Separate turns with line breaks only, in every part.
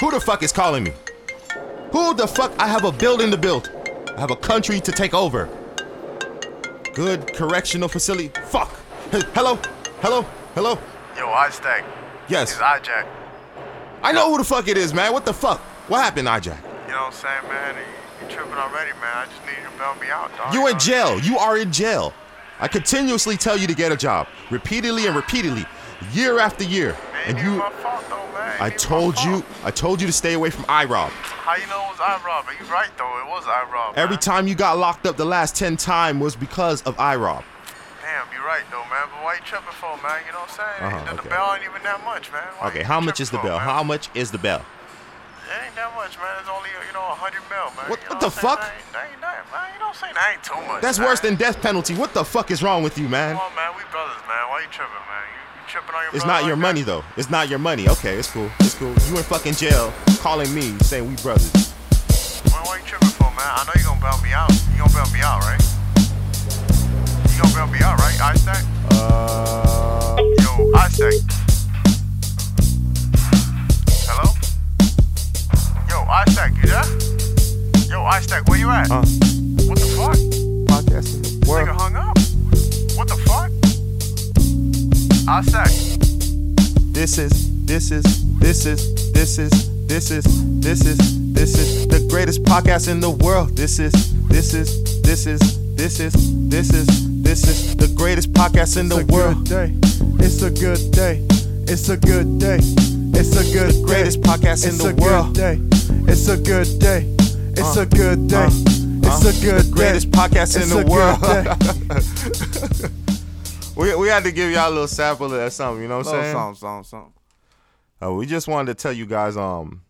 Who the fuck is calling me? Who the fuck? I have a building to build. I have a country to take over. Good correctional facility. Fuck. Hey, hello? Hello? Hello?
Yo, I stack.
Yes.
It's IJack.
I know who the fuck it is, man. What the fuck? What happened, Ajak?
You know what I'm saying, man? You, you tripping already, man. I just need you to bail me out, dog.
You in
know?
jail. You are in jail. I continuously tell you to get a job, repeatedly and repeatedly, year after year.
Man,
And
ain't even
you,
my fault, though, man. Ain't
I
even my
told
fault.
you, I told you to stay away from IROB.
How you know it was I rob? You right though, it was I rob.
Every time you got locked up the last 10 time was because of IROB.
Damn, you right though, man. But why you tripping for, man? You know what I'm saying?
Uh-huh,
the,
okay.
the bell ain't even that much, man. Why
Okay,
you
how much is the
tripping
bill?
for,
How
man?
much is the bill?
It ain't that much, man. It's only you know a hundred mil, man.
What-
You
what
know
the
I'm saying?
fuck?
That ain't, that ain't that, man. You know what I'm saying? That ain't too much.
That's
man.
worse than death penalty. What the fuck is wrong with you, man?
Come on, man. We brothers, man. Why you tripping, man? You, you tripping on your?
It's
brother
not your
like
money though. It's not your money. Okay, it's cool. It's cool. You in fucking jail calling me saying we brothers.
that? Man, why you tripping for, man? I know you gonna bail me out. You gonna bail me out, right? You gonna bail me out, right? I stack.
Uh,
Yo, I say. Hello? Yo, I stack, you there? Yo, I stack, where you at?
uh,
What the fuck?
podcasting.
Uh.
Nigga hung up. What the fuck? I stack.
This is, this is, this is, this is, this is, this is, this is the greatest podcast in the world. This is, this is, this is, this is, this is, this is the greatest podcast in the
It's a
world.
good day. It's a good day. It's a good day. It's a good day.
Greatest podcast in
It's
the
a good
world.
day. It's a good day. It's
Uh,
a good day.
uh,
It's
uh,
a good day.
Greatest podcast in
It's
the
a good
world. we, we had to give y'all a little sample of that something, you know what I'm saying?
something, something.
Uh, we just wanted to tell you guys, um,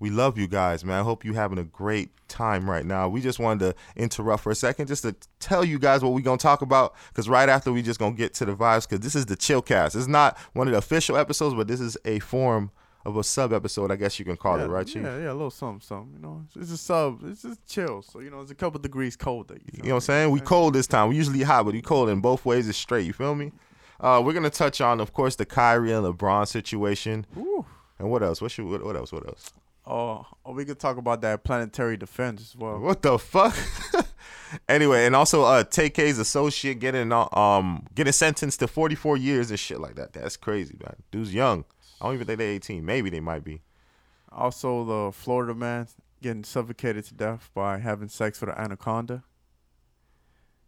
we love you guys, man. I hope you having a great time right now. We just wanted to interrupt for a second just to tell you guys what we gonna talk about, cause right after we just gonna get to the vibes, cause this is the chill cast. It's not one of the official episodes, but this is a form of a sub episode, I guess you can call it, right, Chief?
yeah, yeah, a little something, something. You know, it's, it's a sub. It's just chill. So you know, it's a couple degrees colder. You, feel
You know what I'm
me?
saying? We cold this time. We usually hot, but we cold in both ways. It's straight. You feel me? Uh, we're gonna touch on, of course, the Kyrie and LeBron situation,
Woo.
and what else? What should? What, what else? What else?
Oh, oh, we could talk about that planetary defense as well.
What the fuck? anyway, and also uh TK's associate getting uh, um getting sentenced to 44 years and shit like that. That's crazy, man. Dude's young. I don't even think they're 18. Maybe they might be.
Also, the Florida man getting suffocated to death by having sex with an anaconda.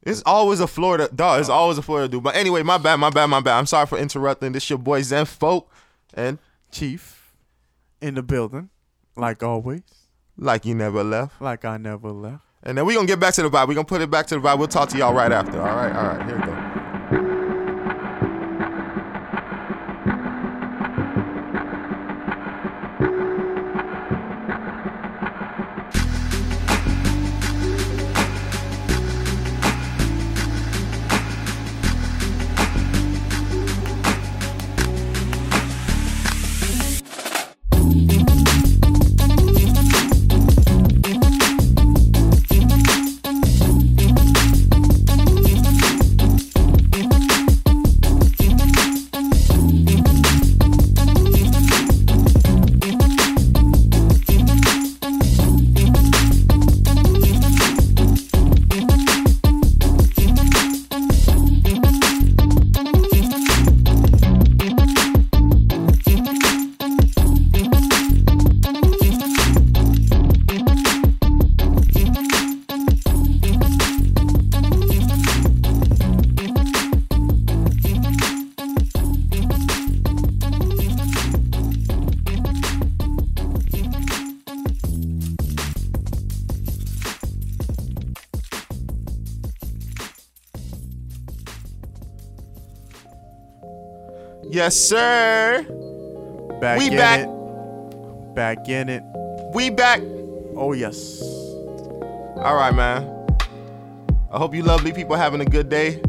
It's always a Florida dog. It's always a Florida dude. But anyway, my bad, my bad, my bad. I'm sorry for interrupting. This your boy Zen Folk, and
Chief in the building, like always,
like you never left.
like I never left.
And then we gonna get back to the vibe. We gonna put it back to the vibe. We'll talk to y'all right after. All right, all right. Here we go. Yes, sir.
Back
We
in
back.
it. Back in it.
We back.
Oh yes.
All right, man. I hope you lovely people having a good day.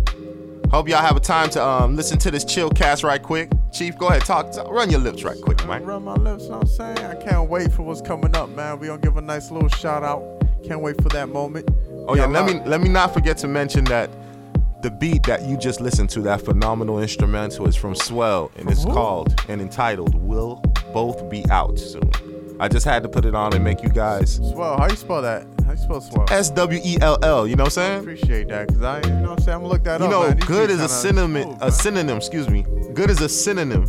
Hope y'all have a time to um listen to this chill cast right quick. Chief, go ahead, talk, talk- run your lips right quick, man.
Run my lips, you know what I'm saying? I can't wait for what's coming up, man. We gonna give a nice little shout out. Can't wait for that moment.
Oh yeah,
Y'all
let
out.
me let me not forget to mention that the beat that you just listened to, that phenomenal instrumental, is from Swell, and it's
who?
called and entitled "Will both be out soon. I just had to put it on and make you guys
Swell. How you spell that? How you spell swell?
S W E L L. You know what I'm saying?
Appreciate that, cause I, you know, what I'm saying I'm gonna look that
You
up.
know,
man. These
good is
dudes
a
kinda
synonym.
smooth,
A
man.
synonym. Excuse me. Good is a synonym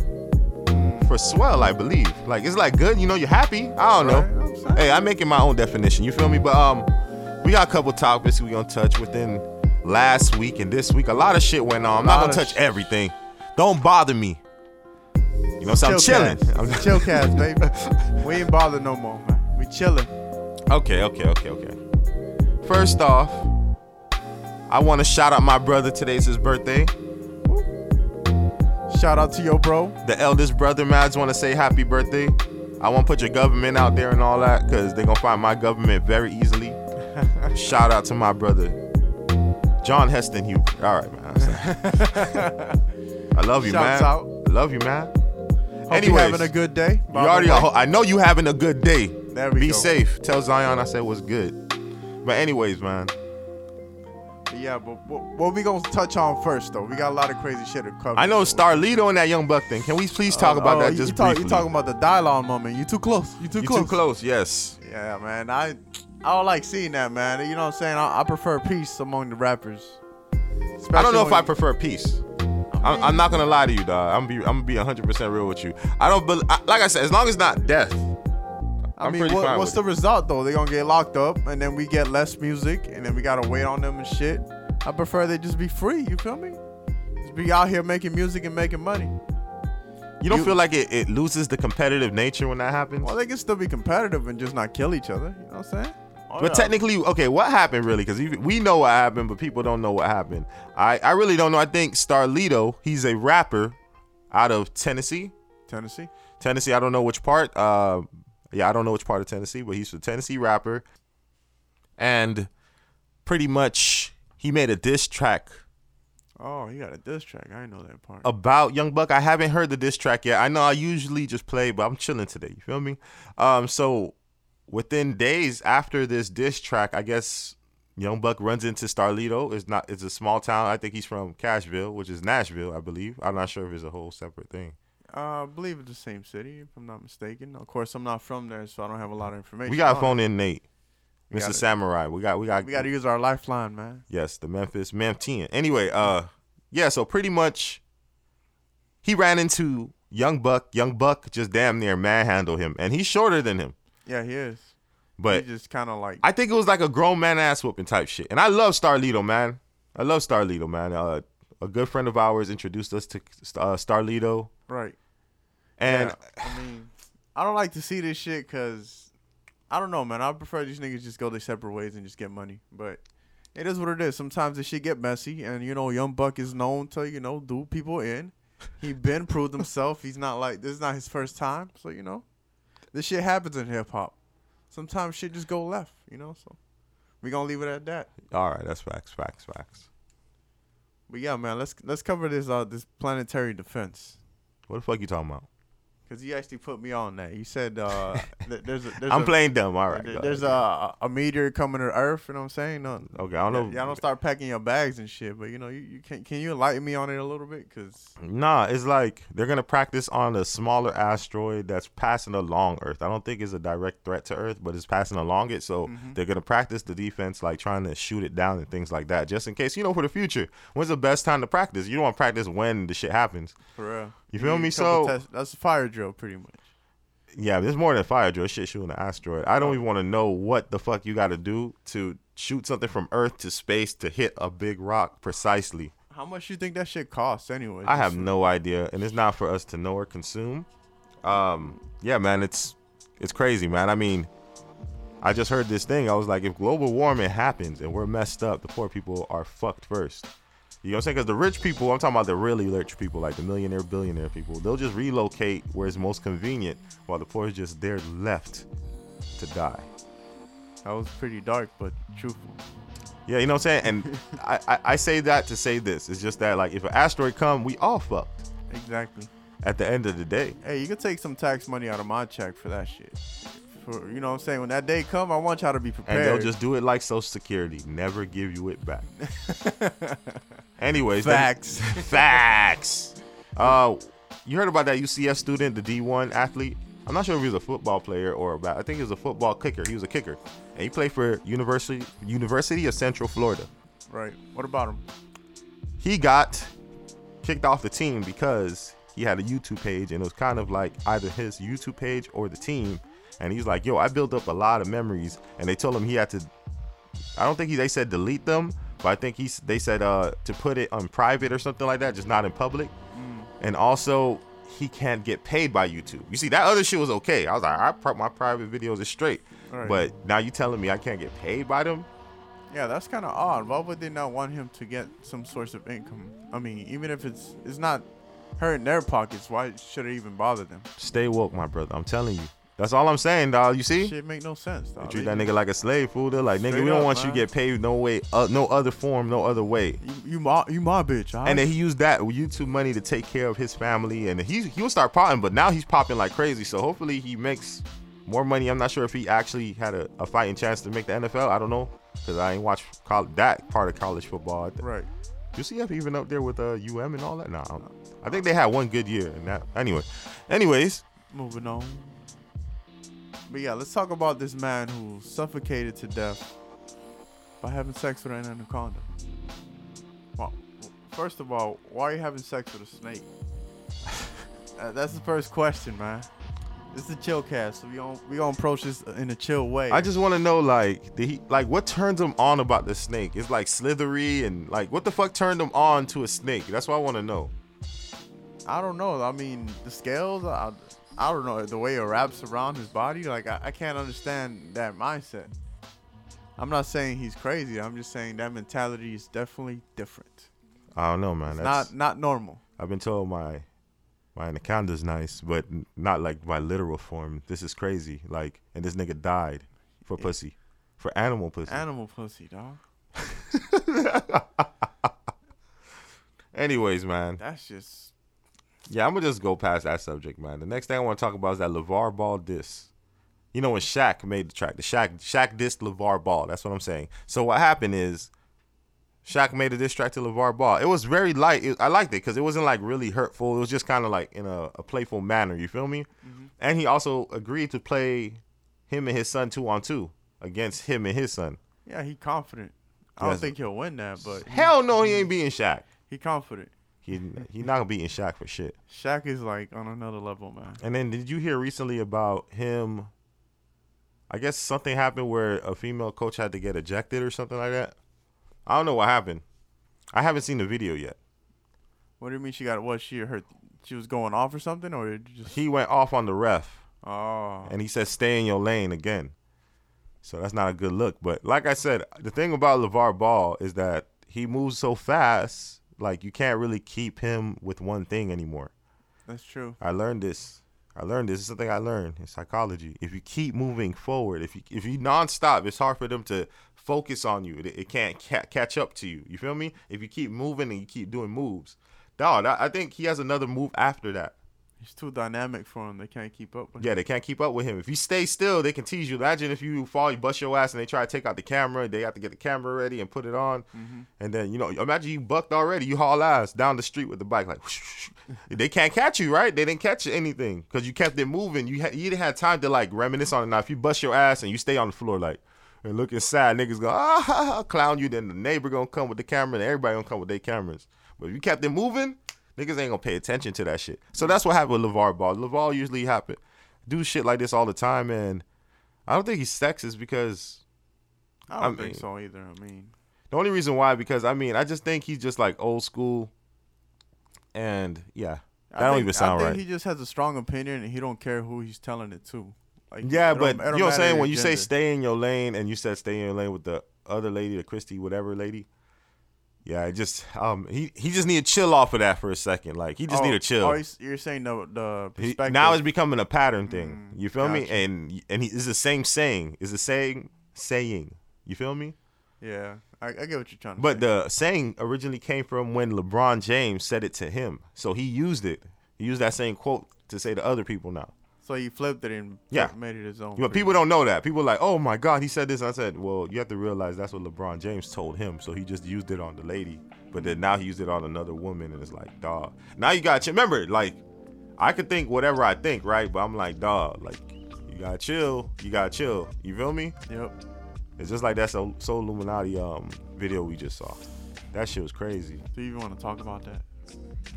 for swell, I believe. Like it's like good. You know, you're happy. I don't
Right,
know.
I'm saying.
hey, I'm making my own definition. You feel me? But um, we got a couple topics we gonna touch within last week and this week. A lot of shit went on. I'm not
Lot
gonna
of
touch
shit.
everything. Don't bother me. You know, so I'm chilling.
Cast.
I'm
It's a chill cast, baby. We ain't bothered no more, man. We chilling.
Okay, okay, okay, okay. First off, I want to shout out my brother. Today's his birthday.
Shout out to your bro.
The eldest brother, man, I just want to say happy birthday. I want to put your government out there and all that because they're going to find my government very easily. shout out to my brother, John Heston Huber. All right, man. I'm sorry. I love you,
Shouts
man.
out.
I love you, man.
Hope you
Anyways,
having a good day.
you already are, I know you having a good day.
There we
Be
go.
safe. Tell Zion I said what's good. But anyways, man.
Yeah, but what, what we gonna touch on first though? We got a lot of crazy shit to cover.
I know Starlito and that young buck thing. Can we please talk about
Oh,
that
you-
just
you talk,
briefly?
You talking about the dialogue moment? You too close. You too
You
close.
too close. Yes.
Yeah, man. I I don't like seeing that, man. You know what I'm saying? I, I prefer peace among the rappers.
I don't know if
Especially
I
when- Oh,
prefer peace. I'm, I'm not gonna lie to you, dog. I'm be I'm gonna be 100 percent real with you. I don't bel I, like I said, as long as not death.
I
I'm
mean,
pretty
what,
fine
what's
with
the result though? They're gonna get locked up, and then we get less music, and then we gotta wait on them and shit. I prefer they just be free. You feel me? Just be out here making music and making money.
You don't
you-
feel like it, it loses the competitive nature when that happens.
Well, they can still be competitive and just not kill each other. You know what I'm saying? Oh,
but
yeah.
technically, okay, what happened really? Because we know what happened, but people don't know what happened. I I really don't know. I think Starlito, he's a rapper out of Tennessee.
Tennessee.
Tennessee. I don't know which part. Uh, yeah, I don't know which part of Tennessee, but he's a Tennessee rapper, and pretty much he made a diss track
Oh, you got a diss track. I didn't know that part.
about Young Buck. I haven't heard the diss track yet. I know I usually just play, but I'm chilling today. You feel me? Um, so within days after this diss track, I guess Young Buck runs into Starlito. It's not. It's a small town. I think he's from Cashville, which is Nashville, I believe. I'm not sure if it's a whole separate thing.
Uh, I believe it's the same city, if I'm not mistaken. Of course, I'm not from there, so I don't have a lot of information.
We got
on
to
it.
phone in Nate,
We
Mr.
gotta-
Samurai. We got. We got.
We got to use our lifeline, man.
Yes, the Memphis Mamteen. Anyway, uh, yeah, so pretty much he ran into Young Buck. Young Buck just damn near manhandled him, and he's shorter than him.
Yeah, he is.
But
he just kind of like
I think it was like a grown man ass whooping type shit. And I love Starlito, man. I love Starlito, man. Uh, a good friend of ours introduced us to uh, Starlito,
right.
and
Yeah, I mean, I don't like to see this shit because I don't know, man. I prefer these niggas just go their separate ways and just get money. But it is what it is. Sometimes this shit get messy, and you know, Young Buck is known to you know do people in. He been proved himself. He's not like this is not his first time, so you know, this shit happens in hip hop. Sometimes shit just go left, you know. So we gonna leave it at that.
all right, that's facts, facts, facts.
But yeah, man, let's let's cover this uh this planetary defense.
What the fuck you talking about?
Cause you actually put me on that. You said uh, th- there's a, there's
I'm
a,
playing dumb. All right,
There-
go
there's
ahead.
a a meteor coming to Earth. You know what I'm saying? No,
okay. I don't know.
y'all don't start packing your bags and shit. But you know, you, you can can you enlighten me on it a little bit? Cause
Nah, it's like they're gonna practice on a smaller asteroid that's passing along Earth. I don't think it's a direct threat to Earth, but it's passing along it. So they're gonna practice the defense, like trying to shoot it down and things like that, just in case. You know, for the future, when's the best time to practice? You don't want to practice when the shit happens.
for real,
You feel
need
me?
a couple
So-
test- that's a fire drill, pretty much.
Yeah, there's more than fire drill. Shit, shooting an asteroid. I don't even want to know what the fuck you got to do to shoot something from Earth to space to hit a big rock precisely.
How much you think that shit costs, anyway?
I have no idea, and it's not for us to know or consume. Um, yeah, man, it's it's crazy, man. I mean, I just heard this thing. I was like, if global warming happens and we're messed up, the poor people are fucked first. You know what I'm saying? Because the rich people, I'm talking about the really rich people, like the millionaire, billionaire people, they'll just relocate where it's most convenient, while the poor is just there left to die.
That was pretty dark, but truthful.
Yeah, you know what I'm saying? And I, I, I say that to say this. It's just that, like, if an asteroid come, we all fucked
Exactly.
at the end of the day.
Hey, you could take some tax money out of my check for that shit. For you know what I'm saying? When that day come, I want y'all to be
and
prepared.
they'll just do it like Social Security, never give you it back. Anyways, let me-
facts.
facts. Uh, you heard about that UCF student, the D1 athlete? I'm not sure if he was a football player or a bat. I think he was a football kicker. He was a kicker, and he played for University University of Central Florida.
Right. What about him?
He got kicked off the team because he had a YouTube page, and it was kind of like either his YouTube page or the team. And he's like, "Yo, I built up a lot of memories," and they told him he had to. I don't think he, they said delete them, but I think he s- they said uh, to put it on private or something like that, just not in public.
Mm.
And also, he can't get paid by YouTube. You see, that other shit was okay. I was like, I pro- my private videos is straight,
Right.
but now you telling me I can't get paid by them?
Yeah, that's kind of odd. Why would they not want him to get some source of income? I mean, even if it's it's not hurting their pockets, why should it even bother them?
Stay woke, my brother. I'm telling you. That's all I'm saying, dog. You see?
Shit make no sense. Dog.
They treat
They
that nigga like a slave, fool. They're like, nigga,
Straight
we don't
up,
want you
man.
to get paid no way, uh, no other form, no other way.
just- You, you my you my bitch. alright?
And then he used that YouTube money to take care of his family, and he he would start popping, but now he's popping like crazy. So hopefully he makes more money. I'm not sure if he actually had a, a fighting chance to make the NFL. I don't know because I ain't watched college, that part of college football.
right.
UCF even up there with uh, UM and all that. Nah, I don't know. I think they had one good year. And that anyway, anyways,
Moving on. But yeah, let's talk about this man who suffocated to death by having sex with an anaconda. Well, first of all, why are you having sex with a snake? Uh, that's the first question, man. It's the chill cast, so we gon' we gonna approach this in a chill way.
I just want to know like did he like what turns him on about the snake? It's like slithery and like what the fuck turned him on to a snake? That's what I want to know.
I don't know. I mean, the scales. I, I don't know the way it wraps around his body. Like I, I can't understand that mindset. I'm not saying he's crazy. I'm just saying that mentality is definitely different.
I don't know, man.
It's
That's,
not not normal.
I've been told my my anaconda's nice, but n- not like my literal form. This is crazy. Like, and this nigga died for pussy, for animal pussy.
Animal pussy, dog.
Anyways, man.
That's just
Yeah, I'm gonna just go past that subject, man. The next thing I want to talk about is that LeVar Ball diss. You know when Shaq made the track, the Shaq Shaq dissed LeVar Ball. That's what I'm saying. So what happened is Shaq made a diss track to LeVar Ball. It was very light. It- I liked it because it wasn't like really hurtful. It was just kind of like in a, a playful manner. You feel me? And he also agreed to play him and his son two on two against him and his son.
yeah. He confident. I don't
Yes.
think he'll win that, but
Hell no, he ain't beating Shaq.
he confident.
He he not beating Shaq for shit.
Shaq is like on another level, man.
And then did you hear recently about him? I guess something happened where a female coach had to get ejected or something like that. I don't know what happened. I haven't seen the video yet.
What do you mean she got what? She hurt? She was going off or something, or it just
He went off on the ref
oh
and he said, "Stay in your lane" again. So that's not a good look. But like I said, the thing about LeVar Ball is that he moves so fast, like you can't really keep him with one thing anymore.
that's true.
I learned this. I learned this. It's something I learned in psychology. If you keep moving forward, if you if you nonstop, it's hard for them to focus on you. It, it can't ca- catch up to you. You feel me? If you keep moving and you keep doing moves, dog. I, I think he has another move after that.
He's too dynamic for him. They can't keep up with him.
Yeah, they can't keep up with him. If you stay still, they can tease you. Imagine if you fall, you bust your ass, and they try to take out the camera. They got to get the camera ready and put it on. And then you know, imagine you bucked already. You haul ass down the street with the bike, like they can't catch you, right? They didn't catch anything because you kept it moving. You had you didn't have time to like reminisce on it. Now, if you bust your ass and you stay on the floor, like and looking sad, niggas go ah clown you. Then the neighbor gonna come with the camera, and everybody gonna come with their cameras. But if you kept it moving. Niggas ain't gonna pay attention to that shit. So that's what happened with LeVar Ball. LeVar usually happen do shit like this all the time, and I don't think he's sexist because
I don't
I mean-
think so either. I mean,
the only reason why because I mean I just think he's just like old school, and yeah, that
I
don't
think-
even sound
I think
right.
He just has a strong opinion, and he don't care who he's telling it to. Like,
yeah,
it don't-
but
it
you
don't
know what I'm
matter
saying
your
when you say
gender.
stay in your lane, and you said stay in your lane with the other lady, the Christy whatever lady. Yeah, it just um he he just need to chill off of that for a second. Like he just
Oh,
need to chill.
Oh, he's- you're saying the the
He-
perspective.
now it's becoming a pattern thing. You feel me?
Mm, gotcha.
And and he, it's the same saying. It's the same saying. You feel me?
yeah, I, I get what you're trying to.
But
say.
the saying originally came from when LeBron James said it to him. So he used it. He used that same quote to say to other people now.
so you flipped it and
Yeah.
made it his own.
But people don't know that. People are like, oh my God, he said this. I said, well, you have to realize that's what LeBron James told him. So he just used it on the lady. But then now he used it on another woman. And it's like, dog. Now you got to remember, like, I could think whatever I think, right? But I'm like, dog, like you gotta chill, you gotta chill. You feel me?
Yep.
It's just like that so so Illuminati um video we just saw. That shit was crazy.
Do you even want to talk about that?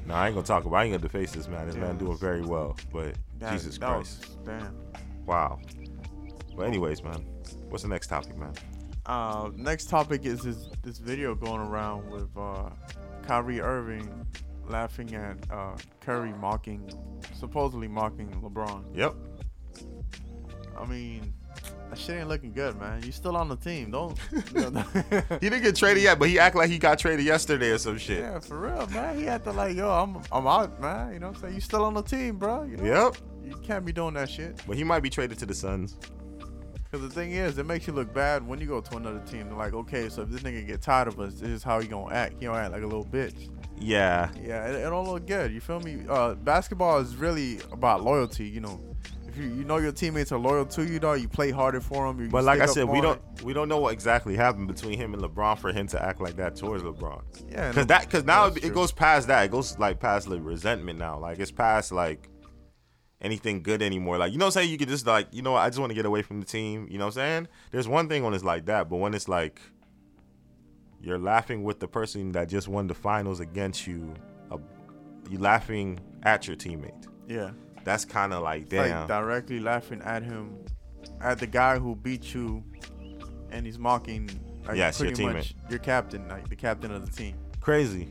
Nah, I ain't gonna talk about. I ain't gonna deface this man. This
Yeah.
man doing very well, but
That-
Jesus
that
Christ,
was- damn.
wow. But anyways, man, what's the next topic, man?
Uh, next topic is this, this video going around with uh, Kyrie Irving laughing at uh, Curry mocking, supposedly mocking LeBron.
Yep.
I mean, that shit ain't looking good, man. You still on the team, don't?
He didn't get traded yet, but he act like he got traded yesterday or some shit.
yeah, for real, man. He had to like, yo, I'm I'm out, man. You know what I'm saying? You still on the team, bro? You know?
Yep.
You can't be doing that shit.
But he might be traded to the Suns.
Cause the thing is, it makes you look bad when you go to another team. They're like, okay, so if this nigga get tired of us, this is how he gonna act. He gonna act like a little bitch.
Yeah.
Yeah, it, it don't look good. You feel me? Uh, basketball is really about loyalty. You know, if you, you know your teammates are loyal to you, though, you play harder for them. You,
But
you
like I
stick up
said, we
more.
don't we don't know what exactly happened between him and LeBron for him to act like that towards LeBron.
Yeah, no,
Cause that cause now
that's
it, it
true.
goes past that. It goes like past like resentment now. Like it's past like anything good anymore. Like you know what I'm saying? You could just like, you know what, I just want to get away from the team. You know what I'm saying? There's one thing when it's like that, but when it's like you're laughing with the person that just won the finals against you, uh, you laughing at your teammate.
Yeah,
That's kind of like
It's
damn.
like directly laughing at him, at the guy who beat you, and he's mocking. Like,
Yes, your
pretty
teammate.
much your captain, like the captain of the team.
Crazy.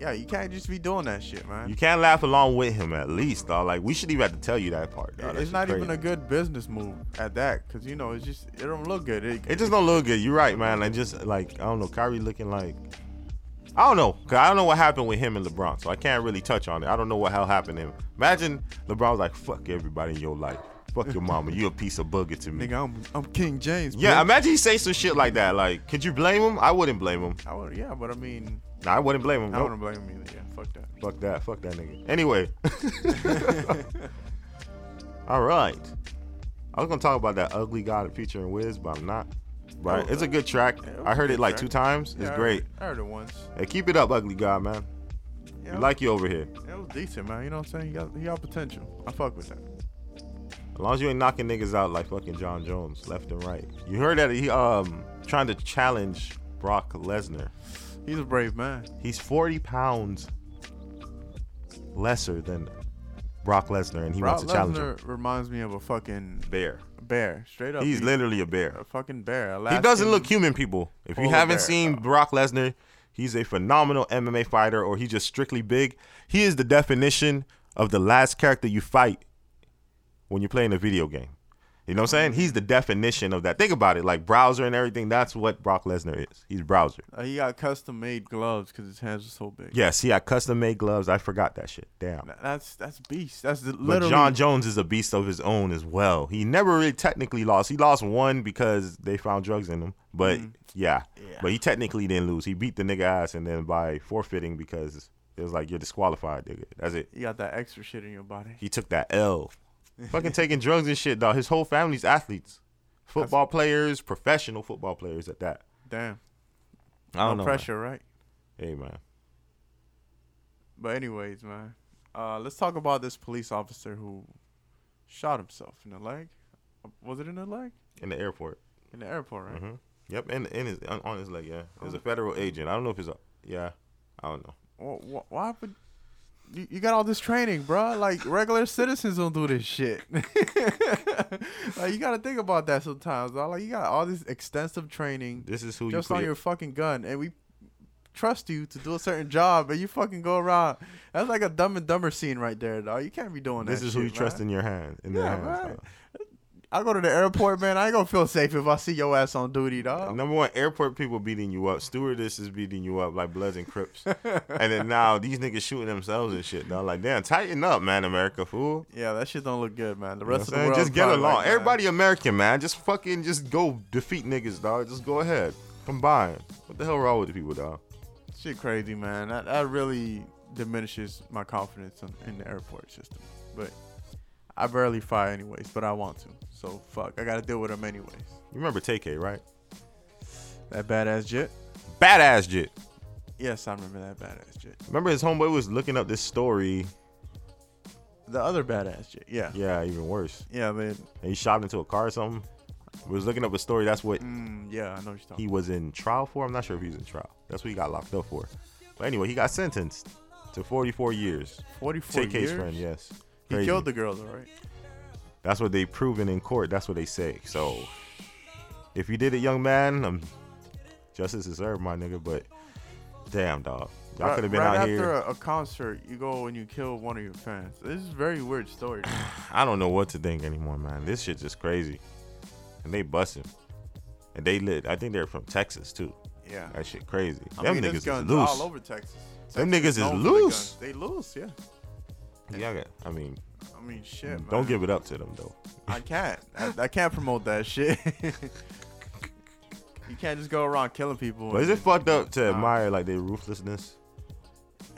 Yeah, you can't just be doing that shit, man.
You can't laugh along with him at least, dog. Like we should even have to tell you that part. Dog. Oh, That
it's
shit
not
crazy.
even a good business move at that, cause you know it's just it don't look good. It,
It just don't look good. You're right, man. Like just like I don't know, Kyrie looking like I don't know, cause I don't know what happened with him and LeBron, so I can't really touch on it. I don't know what hell happened to him. Imagine LeBron was like, "Fuck everybody in your life, fuck your mama, you a piece of booger to me."
nigga, I'm I'm King James.
Yeah,
bitch.
imagine he say some shit like that. Like, could you blame him? I wouldn't blame him.
I would, yeah, but I mean,
Nah, I wouldn't blame him.
I
Nope.
wouldn't blame him either. Yeah, fuck that.
Fuck that. Fuck that nigga. Anyway. All right. I was gonna talk about that ugly guy that featuring Wiz, but I'm not. But
Oh,
it's a good track.
yeah, it was
I
a
heard
good
it like
track.
two times.
Yeah,
It's
I
great.
Heard, I heard it once.
Hey, keep it up, ugly guy, man.
Yeah,
We
it
like you over here.
was- it was decent, man. You know what I'm saying? He got, he got potential. I fuck with that.
As long as you ain't knocking niggas out like fucking John Jones, left and right. You heard that he um trying to challenge Brock Lesnar.
He's a brave man.
He's 40 pounds lesser than Brock Lesnar, and he
Brock
wants to challenge him.
Lesnar reminds me of a fucking
Bear.
bear, straight up.
He's literally a bear.
a fucking bear.
He doesn't look human, people. If you
polar
haven't
bear,
seen
dog.
Brock Lesnar, he's a phenomenal MMA fighter, or he's just strictly big. He is the definition of the last character you fight when you're playing a video game. You know what I'm saying? He's the definition of that. Think about it, like browser and everything. That's what Brock Lesnar is. He's browser.
Uh, he got custom made gloves because his hands are so big.
Yes, he had custom made gloves. I forgot that shit. Damn.
Th- That's that's beast. That's the,
But
literally.
John Jones is a beast of his own as well. He never really technically lost. He lost one because they found drugs in him. But yeah.
Mm. Yeah.
but he technically didn't lose. He beat the nigga ass, and then by forfeiting because it was like you're disqualified, nigga. That's it.
you got that extra shit in your body.
He took that L. Fucking taking drugs and shit, dog. His whole family's athletes, football players, professional football players at that.
Damn.
I don't
no
know. man.
pressure, right?
Hey man,
But anyways, man. Uh, let's talk about this police officer who shot himself in the leg. Uh, Was it in the leg?
in the airport.
In the airport, right?
hmm Yep, and in his on on his leg. Yeah, it was a federal agent. I don't know if it's a yeah. I don't know.
Why, why would you, you got all this training, bro? Like regular citizens don't do this shit. like you got to think about that sometimes. Dog. Like you got all this extensive training
This is who
just
you
on
clear.
your fucking gun, and we trust you to do a certain job, and you fucking go around. That's like a Dumb and Dumber scene right there, dog. You can't be doing
This
that.
is who you
shit,
trust
man.
in your hand. In their
Yeah,
hands,
right.
dog.
I go to the airport, man. I ain't gonna feel safe if I see your ass on duty, dog.
Number one, airport people beating you up. Stewardesses beating you up like Bloods and Crips. and then now these niggas shooting themselves and shit. Dog. Like, damn, tighten up, man, America, fool.
Yeah, that shit don't look good, man. The
You know what I'm
rest
saying?
of the world
just get
probably
along.
like that.
Everybody American, man. Just fucking just go defeat niggas, dog. Just go ahead. Combine. What the hell wrong with the people, dog?
Shit crazy, man. That, that really diminishes my confidence in, in the airport system. But I barely fly anyways, but I want to. So fuck, I gotta deal with them anyways.
You remember TK, right?
That badass jet?
Badass jit.
Yes, I remember that badass jet.
Remember his homeboy was looking up this story
the other badass chick. Yeah.
Yeah, even worse.
Yeah, man.
And he shot into a car or something. We was looking up a story. That's what
Mm, yeah, I know what you're
he
talking.
was in trial for. I'm not sure if he's in trial. That's what he got locked up for. But anyway, he got sentenced to 44 years.
about. 44
TK's
years.
friend, yes.
He
Crazy.
killed the girl though, right?
That's what they proven in court. That's what they say. So, if you did it, young man, um, justice is served, my nigga. But damn, dog, y'all
Right-
could have been
right
out
after
here.
A, a concert, you go and you kill one of your fans. This is a very weird story.
I I don't know what to think anymore, man. This shit just crazy, and they busting, and they lit. I think they're from Texas too.
yeah.
That shit crazy.
I
Them
mean, there's
niggas is
guns
loose.
all over Texas.
Them
Texas
niggas is
known for their
loose.
guns. They loose, yeah.
Yeah, I got- I mean,
I mean, shit, man.
don't give it up to them though.
I can't. I, I can't promote that shit. you can't just go around killing people.
But is
and-
it fucked up to
Nah.
admire like their ruthlessness?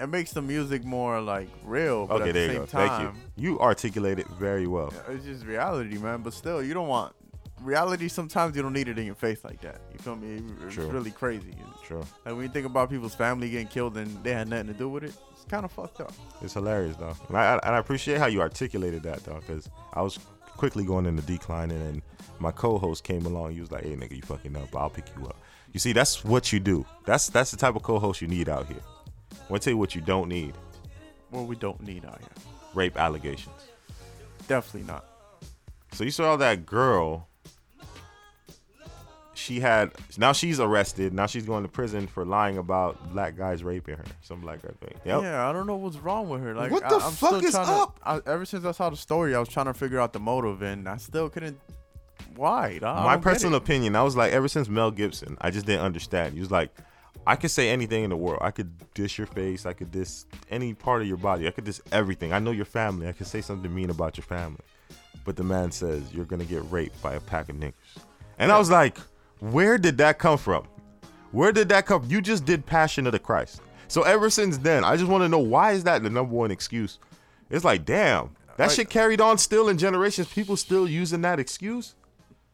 It makes the music more like real, but
okay,
at the
there you
same
go.
time,
Thank you. You articulate it very well.
it's just reality, man. But still, you don't want reality. Sometimes you don't need it in your face like that. You feel me? It- It's
True.
really crazy.
True.
Like when you think about people's family getting killed and they had nothing to do with it, it's kind of fucked up.
It's hilarious though, and I, I- and I appreciate how you articulated that though, because I was quickly going into decline, and then my co-host came along. He was like, "Hey, nigga, you fucking up. I'll pick you up." You see, that's what you do. That's that's the type of co-host you need out here. I want to tell you what you don't need:
Well, we don't need out here.
rape allegations.
Definitely not.
So you saw that girl. She had now she's arrested. Now she's going to prison for lying about black guys raping her. Some black guy thing. Yep.
Yeah, I don't know what's wrong with her. Like,
What
I-
the
I'm still
fuck is
trying to-
up?
I, ever since I saw the story, I was trying to figure out the motive, and I still couldn't. Why? dawg?
my
I don't get
personal
it.
opinion, I was like, ever since Mel Gibson, I just didn't understand. He was like, I could say anything in the world. I could dish your face. I could diss any part of your body. I could diss everything. I know your family. I could say something mean about your family. But the man says, you're going to get raped by a pack of niggas. And I was like, where did that come from? Where did that come? You just did Passion of the Christ. So ever since then, I just want to know why is that the number one excuse? It's like, damn, that
Like-
shit carried on still in generations. People still using that excuse.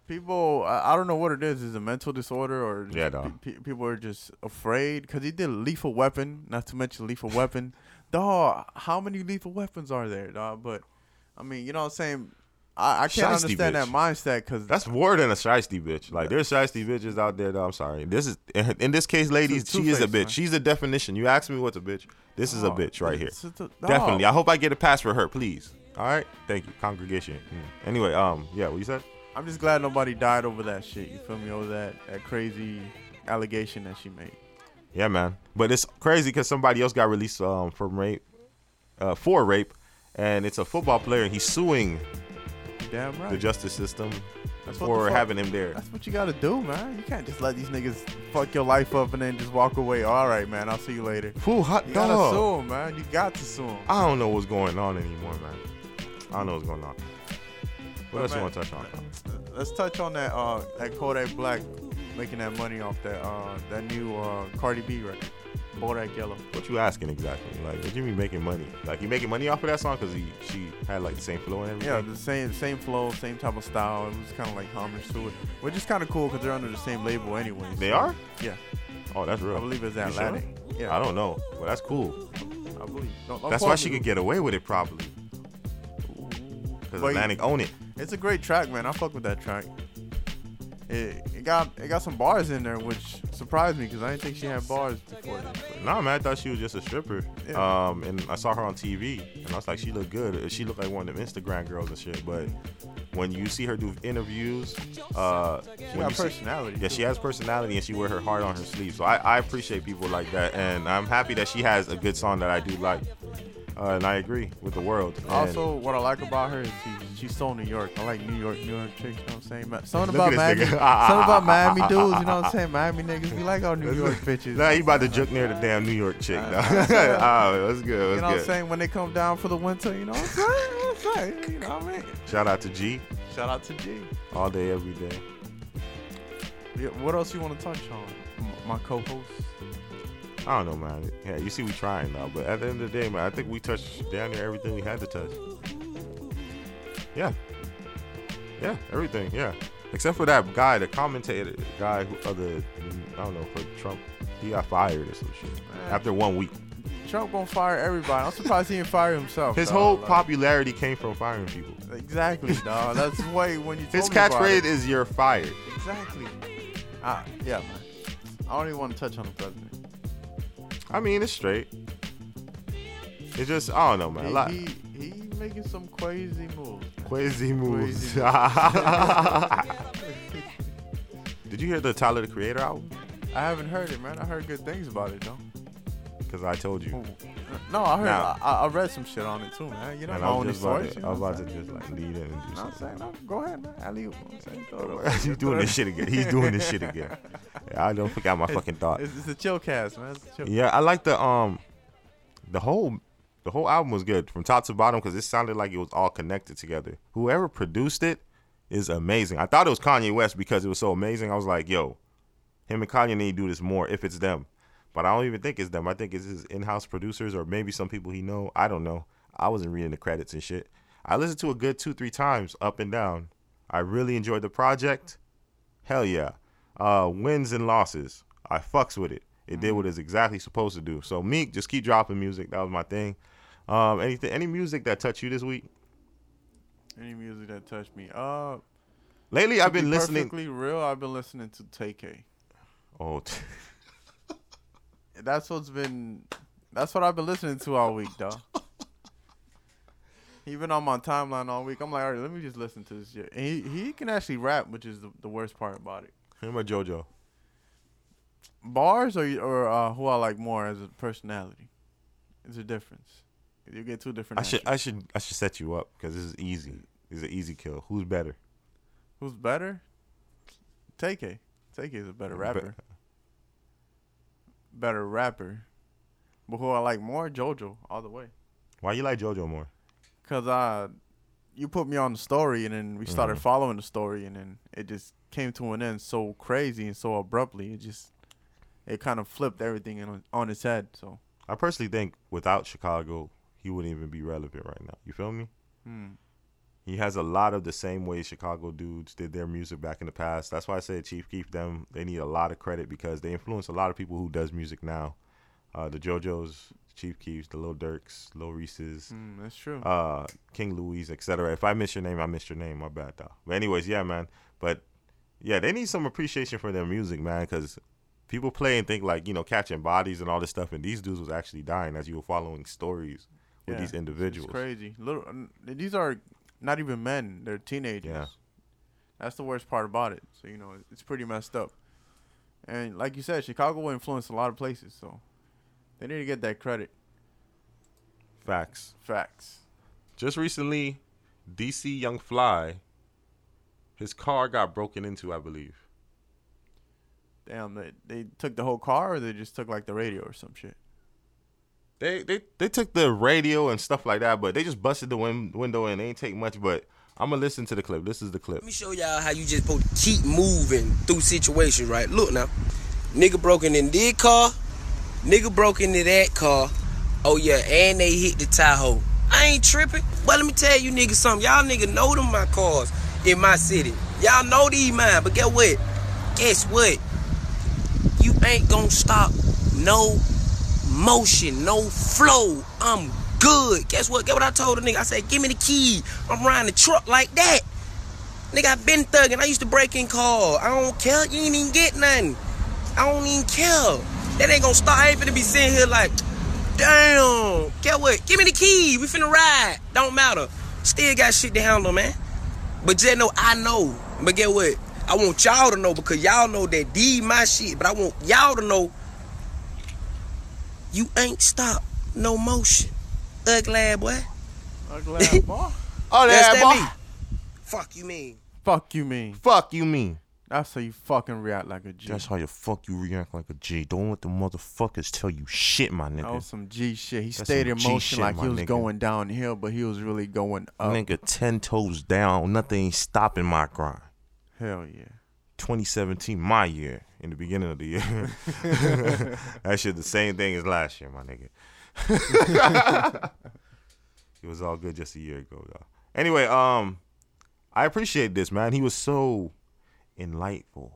People, I, I don't know what it is. Is it a mental disorder or just
Yeah, dawg.
pe- pe- people are just afraid? Because he did Lethal Weapon, not to mention Lethal Weapon. dog, how many lethal weapons are there, dog? But, I mean, you know what I'm saying? I, I can't
Shiesty
understand that
bitch.
mindset because
That's more than a shiesty bitch. Like there's shiesty bitches out there. Though, I'm sorry. This is in this case, ladies.
It's a
She is a
two-face,
bitch.
man.
She's a definition. You ask me what's a bitch. This is a
Oh,
bitch right here.
it's a- no.
Definitely. I hope I get a pass for her, please. All right. Thank you, congregation. Mm. Anyway, um, yeah, what you said?
I'm just glad nobody died over that shit. You feel me? Over that, that crazy allegation that she made.
Yeah, man. But it's crazy because somebody else got released um from rape, uh, for rape, and it's a football player and he's suing
Damn right.
the justice system
That's what the
for
fuck-
having him there.
That's what you gotta do, man. You can't just let these niggas fuck your life up and then just walk away. All right, man. I'll see you later.
Fool, hot
You gotta
dog.
sue 'em, man. You got to sue 'em.
I don't know what's going on anymore, man. I don't know what's going on. What else you
man,
want to touch on?
Let's touch on that. Uh, that Kodak Black making that money off that uh that new uh Cardi B record, Kodak Yellow.
What you asking exactly? Like, did you be making money? Like, you making money off of that song because he she had like the same flow and
Yeah,
everything.
the same same flow, same type of style. It was kind of like homage to it, which is kind of cool because they're under the same label anyway.
They
so-
are?
Yeah,
Oh, that's real.
I believe it's
You sure?
Atlantic. Yeah,
I don't know. Well, that's cool.
I believe. Don't- don't
That's
quote
why
me.
she could get away with it probably. Because
But-
Atlantic own it.
It's a great track, man. I fuck with that track. It, it got it got some bars in there, which surprised me because I didn't think she had bars before. This.
Nah, man, I thought she was just a stripper.
Yeah.
Um, and I saw her on TV, and I was like, she looked good. Uh, She looked like one of them Instagram girls and shit. But when you see her do interviews, uh,
She
when
got
you see-
personality.
Yeah,
too.
she has personality and she wear her heart on her sleeve. So I, I appreciate people like that, and I'm happy that she has a good song that I do like, uh, and I agree with the world. And
Also, what I like about her is she, she's so New York. I like New York, New York chicks. You know what I'm saying? Ma- Something
Look
about
at
Miami,
this
something
nigga. Ah, ah,
about
ah,
Miami
ah, ah,
dudes.
ah,
You know what
ah,
I'm saying? Miami niggas, we like our New York bitches.
Nah, you about to juke near the damn New York chick. Nah. Ah, that's good. That's
Uh, You know what I'm
good.
saying? When they come down for the winter, you know what I'm saying? You know what I'm saying? You know what I mean?
Shout out to G,
Shout out to G.
all day, every day.
Yeah, what else you want to touch on? M- My co-host.
I don't know, man. Yeah, you see, we trying now, but at the end of the day, man, I think we touched down there everything we had to touch. Yeah, yeah, everything, yeah, except for that guy, the uh, commentator guy who, other, I don't know, for Trump, he got fired or some shit
Man.
after one week.
Trump gonna fire everybody. I'm surprised he didn't fire himself.
His
dawg.
whole
Like,
popularity came from firing people.
Exactly, dog. That's why when you told
His
me about
catchphrase
it-
is "You're fired."
exactly. Ah, yeah, man. I don't even want to touch on the president.
I mean, it's straight. It's just I don't know, man. A lot
He, he he making some crazy moves.
crazy moves.
Crazy
Did you hear the Tyler the Creator album?
I haven't heard it, man. I heard good things about it though.
Because I told you.
No, I heard.
Nah.
I, I read some shit on it too, man. You know
And
my
I was
only
just about
source.
to,
you
I
know
was
what
about
I'm
to just like lead in and do
saying? I'm
something.
saying, no, go ahead, man. I leave. I'm saying, throw it up.
He's doing this shit again. He's doing this shit again. Yeah, I don't forgot my fucking thought.
It's, it's a chill cast, man. It's a chill.
Yeah, I like the um, the whole the whole album was good from top to bottom because it sounded like it was all connected together. Whoever produced it is amazing. I thought it was Kanye West because it was so amazing. I was like, yo, him and Kanye need to do this more if it's them. But I don't even think it's them. I think it's his in-house producers or maybe some people he know. I don't know. I wasn't reading the credits and shit. I listened to a good two, three times up and down. I really enjoyed the project. Hell yeah. Uh, wins and losses. I fucks with it. It
Mm-hmm.
did what it's exactly supposed to do. So Meek, just keep dropping music. That was my thing. Um, anything, any music that touched you this week?
Any music that touched me. Uh,
Lately,
to
I've been
be
listening.
Perfectly real. I've been listening to TK.
Oh,
That's what's been. That's what I've been listening to all week, dog. he been on my timeline all week. I'm like, all right, let me just listen to this shit. And he he can actually rap, which is the, the worst part about it.
him or JoJo?
Bars or or uh, who I like more as a personality. It's a difference. You get two different.
I should,
actors.
I should, I should set you up because this is easy. This is an easy kill. Who's better?
Who's better? TK. TK is a better
Be-
rapper. better rapper. But who I like more? JoJo, all the way.
Why you like JoJo more?
Cause I, you put me on the story, and then we started
Mm-hmm.
following the story, and then it just came to an end so crazy and so abruptly. It just, it kind of flipped everything in, on its head. So
I personally think without Chicago, he wouldn't even be relevant right now. You feel me?
Hmm.
He has a lot of the same way Chicago dudes did their music back in the past. That's why I said Chief Keef them. They need a lot of credit because they influence a lot of people who does music now. Uh, the JoJo's, Chief Keefs, the Lil Durks, Lil Reese's,
mm, that's true.
uh, King Louis, etc. If I miss your name, I miss your name. My bad, though. But anyways, yeah, man. But yeah, they need some appreciation for their music, man, because people play and think like you know catching bodies and all this stuff, and these dudes was actually dying as you were following stories with
Yeah,
these individuals.
It's crazy. Little, n- these are not even men; they're teenagers.
Yeah.
That's the worst part about it. So you know, it's pretty messed up. And like you said, Chicago will influence a lot of places, so they need to get that credit.
Facts.
Facts.
Just recently, DC Young Fly, his car got broken into, I believe.
Damn, they they took the whole car, or they just took like the radio or some shit.
They they they took the radio and stuff like that, but they just busted the win- window and they ain't take much. But I'm gonna listen to the clip. This is the clip.
Let me show y'all how you just supposed to keep moving through situations, right? Look now. Nigga broken in this car. Nigga broke into that car. Oh yeah, and they hit the Tahoe. I ain't tripping. But let me tell you niggas something. Y'all niggas know them my cars in my city. Y'all know these mine, but guess what? Guess what? You ain't gonna stop no motion, no flow. I'm good. Guess what? Get what I told the nigga? I said, give me the key. I'm riding the truck like that. Nigga, I been thugging. I used to break in car. I don't care. You ain't even get nothing. I don't even care. That ain't gonna start. I ain't finna be sitting here like, damn. Get what? Give me the key. We finna ride. Don't matter. Still got shit to handle, man. But just know I know. But get what? I want y'all to know because y'all know that D my shit. But I want y'all to know you ain't stop no motion. Ugly ass boy.
Ugly boy.
Oh,
That's
that boy.
that me. Fuck you mean.
Fuck you mean?
Fuck you, mean.
That's how you fucking react like a G.
That's how you fuck you react like a G. Don't let the motherfuckers tell you shit, my
That was
nigga.
some G shit. He
That's
stayed
some
in
G
motion
shit,
like he
my
was
nigga.
going downhill, but he was really going up.
Nigga, ten toes down. Nothing ain't stopping my grind.
Hell yeah.
2017, my year, in the beginning of the year. that shit the same thing as last year, my nigga. it was all good just a year ago, though. Anyway, um, I appreciate this, man. He was so enlightful.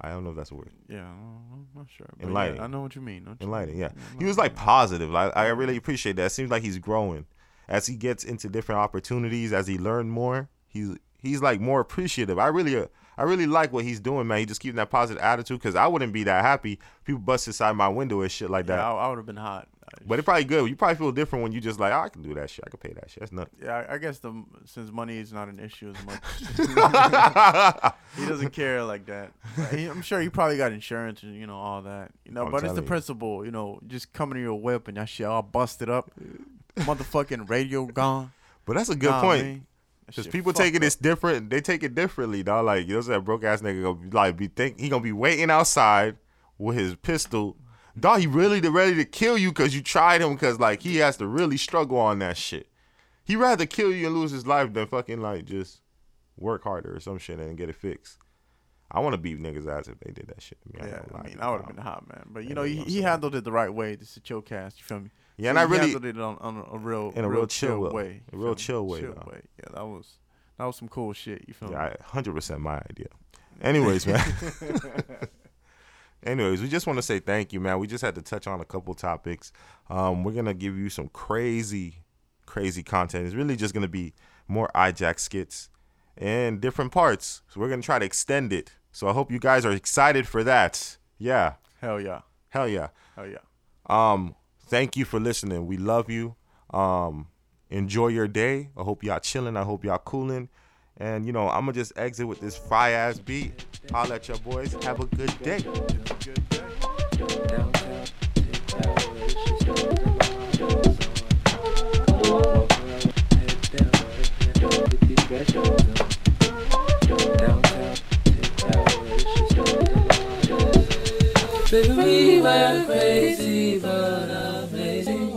I don't know if that's a word.
Yeah, I'm not sure. but yeah,
Enlightening.
I know what you mean. don't you?
Enlightening, yeah. He was like positive. Like I really appreciate that. It seems like he's growing as he gets into different opportunities. As he learned more, he's he's like more appreciative. I really, uh, I really like what he's doing, man. He just keeping that positive attitude because I wouldn't be that happy. if People bust inside my window and shit like
Yeah,
that.
I, I would have been hot. I-
But it's probably good. You probably feel different when you just like, oh, I can do that shit. I can pay that shit. That's nothing.
Yeah, I- I guess the since money is not an issue as much, he doesn't care like that. He- I'm sure he probably got insurance and you know all that. You know,
I'm
but it's the
telling you.
principle. You know, just coming to your whip and that shit all busted up, motherfucking radio gone.
but that's a good
Nah,
point
man, that
because
shit
people take it
fucked
as different. They take it differently, dog. Like you know, that broke ass nigga gonna be like be think he gonna be waiting outside with his pistol. Dog, he really to- ready to kill you because you tried him because like he has to really struggle on that shit. He rather kill you and lose his life than fucking like just work harder or some shit and get it fixed. I want to beat niggas ass if they did that shit to me.
up.
ain't
Yeah,
gonna
I
lie to
mean,
you,
I would have
dog.
been hot, man. But you
Yeah,
know,
you
he,
know what I'm
he
saying.
handled it the right way. This is a chill cast. You feel me?
Yeah, and
He
I really-
handled it on, on a real,
In a real chill way.
way.
A real
you feel me?
chill way,
Chill
though.
way. Yeah, that was that was some cool shit. You feel me?
Yeah, hundred percent my idea. Anyways, man. Anyways, we just want to say thank you, man. We just had to touch on a couple topics. Um, we're gonna give you some crazy, crazy content. It's really just gonna be more iJack skits and different parts. So we're gonna try to extend it. So I hope you guys are excited for that. Yeah,
Hell yeah.
hell yeah.
Hell yeah.
Um, thank you for listening. We love you. Um, enjoy your day. I hope y'all chilling. I hope y'all cooling. And you know, I'm gonna just exit with this fire ass beat. Holla at your boys. Have a good day.
Baby, we were crazy but amazing.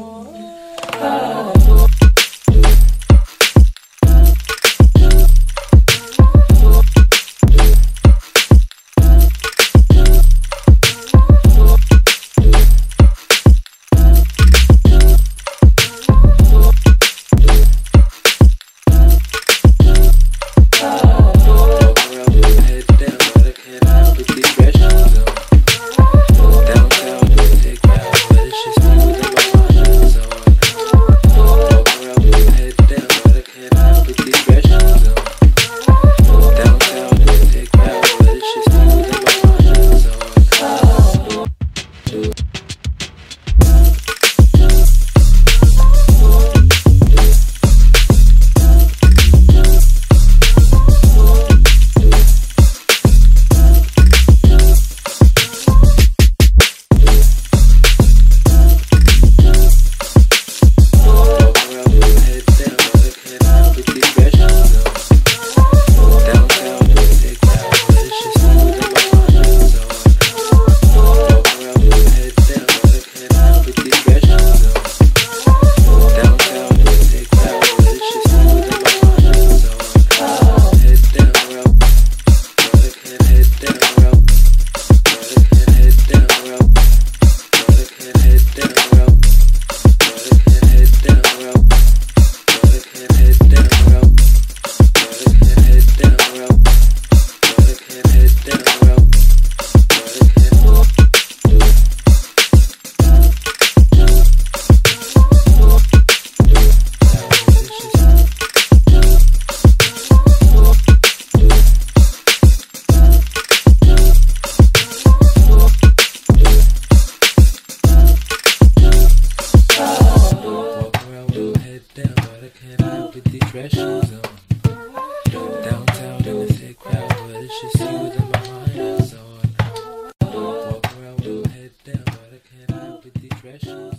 Head down, but I can't help but keep crashing though. Downtown, take crowd, but it's just me with my conscience on. Walk around with my head down, but I can't help but keep crashing though. Downtown, take crowd, but it's just me with my conscience on. Walk around with my head down, but I can't help but keep crashing though. Downtown, take crowd, but it's just me with my conscience on. Walk around with my head down, but I can't help but keep crashing though. Downtown, take crowd, but it's just me with my conscience on. Head down, route, but I can't head down, route, but I can't head down, route, but I can't head down, route, but I can't head down, route, but I can't head down, route, but I can't head down, route, but I can't head down, route, but I can't. Walk around with my head down, but I can't hide with the trash shoes on. Downtown in the thick crowd, but it's just you within my mind is on. Walk around with my head down, but I can't hide with the trash shoes on.